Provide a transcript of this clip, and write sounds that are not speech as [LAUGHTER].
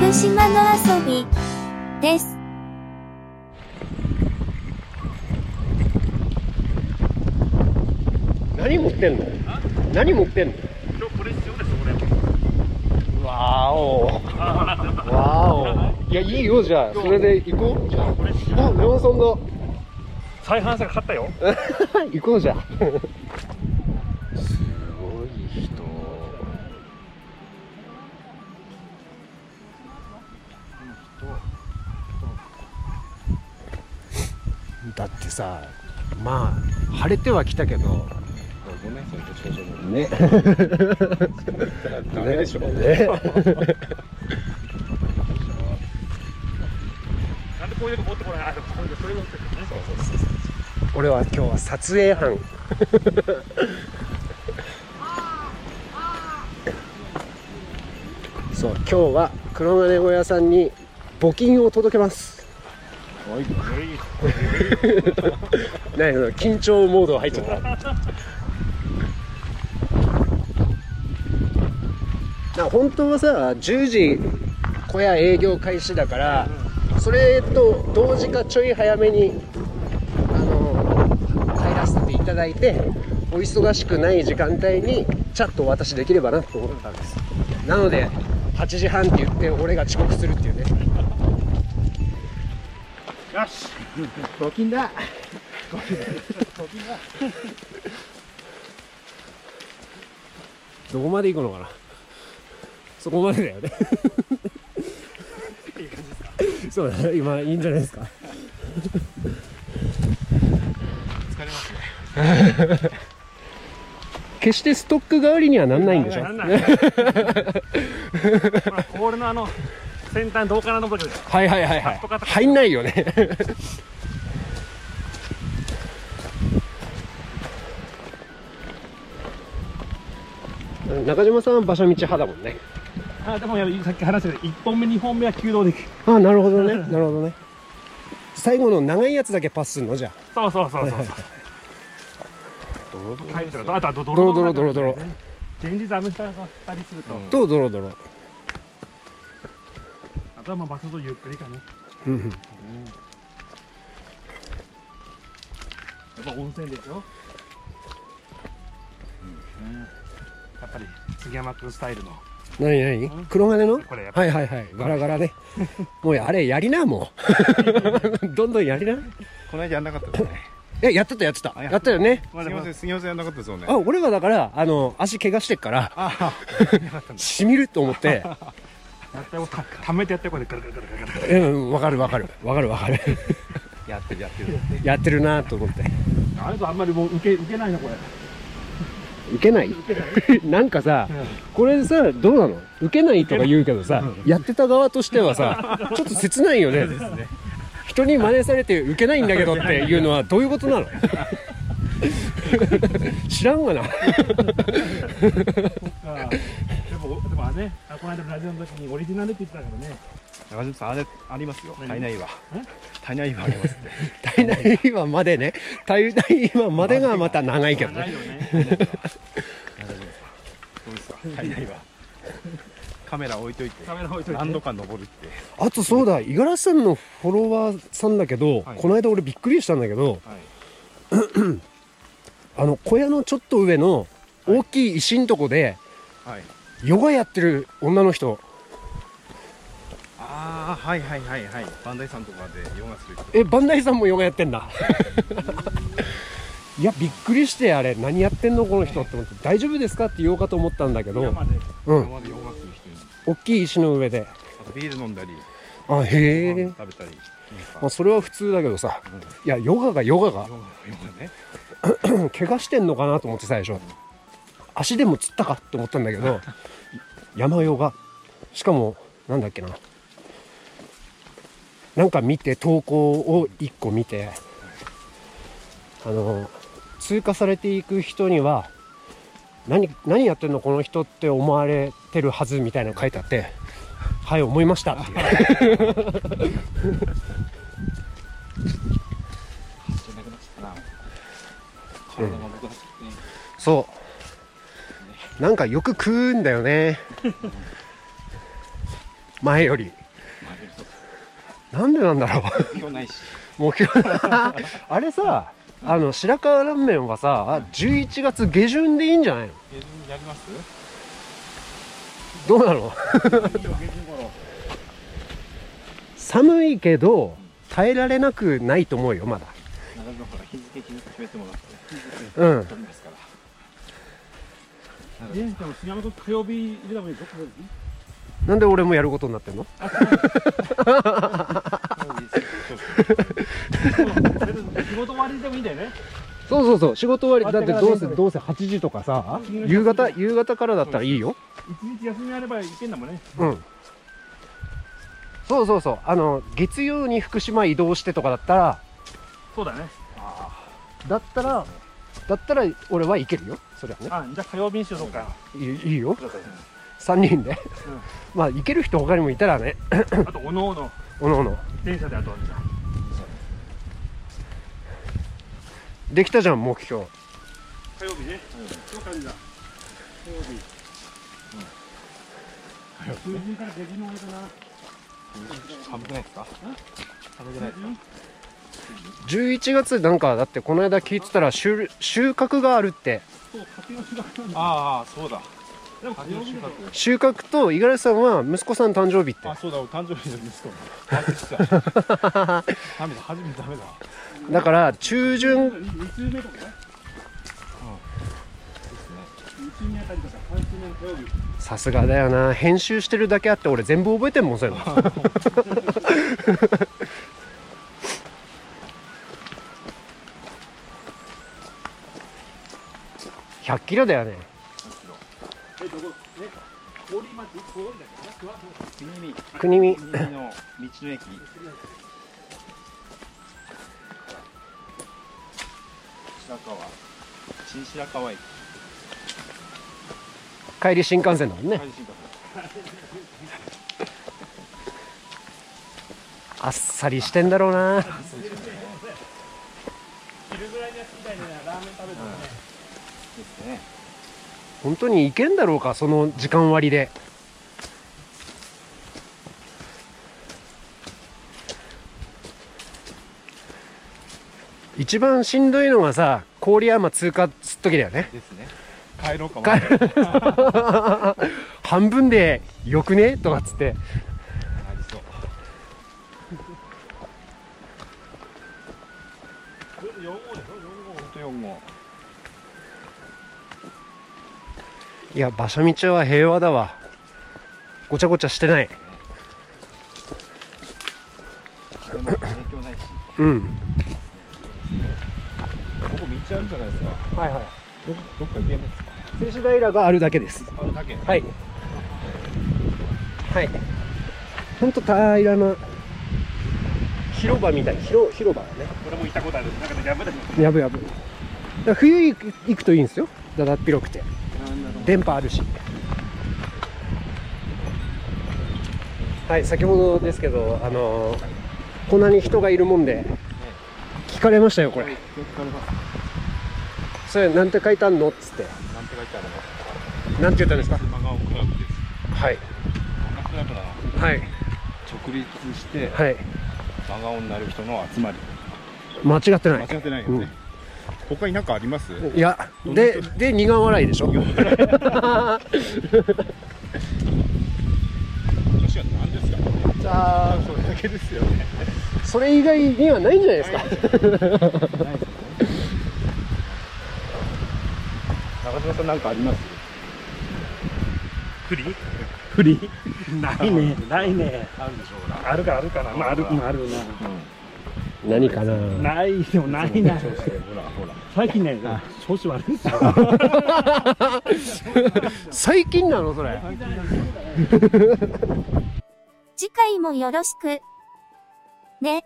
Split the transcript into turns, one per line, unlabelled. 猿島の遊びです。
何持ってんの何持ってんの
今日これ必要ですよ、これ。
わーおわーおいやいいよじゃあそれで行こうじゃ
これ必要
ああレオンさんだ
再販戦買ったよ。
[LAUGHS] 行こうじゃあすごい人だってさまあ晴れてはきたけど
ごめん、それ少々
[LAUGHS] ね
ダメでしょ。
ね
なんでこういうの持ってこないあ、でもこれでそれ持ってくるね。
俺は今日は撮影班そう今日は黒金小屋さんに募金を届けます何その緊張モード入っちゃったな本当はさ10時小屋営業開始だからそれと同時かちょい早めにあの入らせていただいてお忙しくない時間帯にチャットお渡しできればなと思ったんですなので8時半って言って俺が遅刻するっていうね
よし。
募金だ。
どこまで行くのかなそこまでだよねそうだね今いいんじゃないですか
疲れますね。
決してストック代わりにはなんないんでしょ
なんない。ほら、ポールのあの、先端どうかなと思ったけど、
はいはいはいはい
カットカット
入んないよね中島さんは場所道派だもんね
あ、でもやさっき話したけど、1本目、2本目は弓道できる。
あなるほどね [LAUGHS] なるほどね最後の長いやつだけパスするのじゃ
そうそうそうそう。帰ってたあとはド
あド
ロ
ロドロドロ
ド
ドロ
前日アメフトが2人すると、
とドロドロ
あとはまあ場所とゆっくりかね。
うんうん
やっぱ温泉でしょ。やっぱり杉山君スタイルの
何何黒金の
これやっぱ
はいはいはいガラ
[LAUGHS]
ガラねもうあれやりなも
[LAUGHS]
うどんどんやりな
この間やんなかったですね。
[LAUGHS]
えやってたやってた
あやっ
やったよね
まあ
す
で
み
も
ません、すみません、やんなかったですよね。
あ俺はだからあの足怪我してっから
あ、
しみると
[LAUGHS]
思って
やったよたためてやってこれガラガラガラガラガラ
うん、わかるわかる。わかるわかる。
やってる、やってる。
やってるなと思って。
あれとあんまりもう受け受けないなこれ
受けない [LAUGHS] なんかさ、これさ、どうなの受けないとか言うけどさ、やってた側としてはさ、ちょっと切ないよね。人に真似されて受けないんだけどっていうのはどういうことなの知らんがな。
あーでもでもあれねあこの間のラジオの時にオリジナルって言ってたけどね
中島さん、あれ、ありますよ。
何
体内は。体内はありますって。
体内今までね、体内今までがまた長いけどね。
ないよね
どうですか。
[LAUGHS]
体内は。カメラ置いといて。
カメラ置いといて
何度か登るって。
あとそうだ、五十嵐さんのフォロワーさんだけ
は
ど、
い
この間俺びっくりしたんだけど、
はい。
あの小屋のちょっと上の大きい石んとこで
はい。
ヨガやってる女の人
ああ、はい、はい、はい、はい。バンダイさんとかで、ヨガする人。
えバンダイさんもヨガやってん
[LAUGHS]
だいやびっくりしてあれ何やってんのこの人って思って大丈夫ですかって言おうかと思ったんだけど
山で
うん
今までヨガする人に。
大きい石の上で
あとビール飲んだり、ご
あへえ
飯、食べたり。
まあ、それは普通だけどさいやヨガがヨガ
ヨ
が
ガ、ヨガね。
うん怪我してんのかなと思って最初足でもつったかって思ったんだけど山用がしかもなんだっけななんか見て投稿を1個見てあの通過されていく人には何何やってんのこの人って思われてるはずみたいなの書いてあって「はい思いました」っていう
じゃなくなっちゃったな体が動かなくてね、
[LAUGHS] そうなんかよく食うんだよね前よりなんでなんだ [LAUGHS] ろ
目標ないし
う目標あれさあの白河ラーメンはさ11月下旬でいいんじゃないの
下旬やります
どうなの寒いけど耐えられなくないと思うよまだ
長野から日付決めてもらって日付
うん
取りますから
ね、でも杉山君火曜日入れた [LAUGHS] もいいぞ。
なんで俺もやることになってんの
仕事終わりでもいいんだよね。
そうそうそう仕事終わりだってどうせ
終わってからね
どうせ8時とかさ夕方夕方からだったらいいよ
一日休みあればいけんだもんね。
うんそうそうそうあの月曜に福島移動してとかだったら
そうだね。
だったらだったら俺は行けるよそりゃね
あ、じゃあ火曜日にしようか。
いいいよ3人で、 [LAUGHS] まあ行ける人他にもいたらね
あと、おのおの、
おのおの
電車であとはじゃあ
できたじゃん目標
火曜日ね。そうか、じゃあ火曜日。中旬から下旬の間かな。
寒くないですか寒くないですか
11月なんかだってこの間聞いてたら収収穫があるって
そう、活用しなくなる。
ああそうだ
でも火曜日だと
収穫と五十嵐さんは息子さん誕生日って
あそうだお誕生日の息子あそうだダメだ初めてダメだ
だから中旬
二週目とかね。二週目あたりとか、三週目の火曜日。
さすがだよな編集してるだけあって俺全部覚えてんもんそういうの [LAUGHS] 100キロだよね
え、どこ、ね、氷町、氷だけどな、ふわふわ
国見
国見
国見の道の駅白川新白川駅
帰り新幹線だもんね
阪神新幹
あっさりしてんだろうな
昼ぐらいにやってみたいね、ラーメン食べてもね。
線ですね
本当に行けんだろうかその時間割で一番しんどいのがさ郡山通過すっときだよね
ですね帰ろうか
帰
迷って
半分でよくねとかっつって
ありそう
4号でしょ、4号。
本当4号
いや馬車道は平和だわごちゃごちゃしてない
でも影響ないし
うん
ここ道あるじゃないですか
はいはい
どどっか行けますか
静止平があるだけです
あれだけ
はいはいほんと平らな広場みたい広広場だね
俺も行ったことある。なんかね、やぶだし。
やぶやぶだから冬行く行くといいんですよだだっ広くて電波あるしはい先ほどですけどあのーこんなに人がいるもんで聞かれましたよこれ
よくれます
それなんて書いてあんのっつって
なんて書いてあるの
なんて言ったんですか
真顔クラブです
はい
こんなクラブだな
はい
直立して
はい
真顔になる人の集まり
間違ってな
間
い
違ってないよね、他に何かあります
いやでで苦笑いでし [LAUGHS] ょ
私は何ですか
じゃあ
それだけですよね
それ以外にはないんじゃないですか
長島さん何かあります
フリーフリーないね、ないね。
あるでしょうが
あるかあるかな。まあ、ある、まあ、ある
何かな
な。ない、でもないな。
ほらほら
最近ね、調子悪いんですよ。
最近なのそれ
次回もよろしく。ね。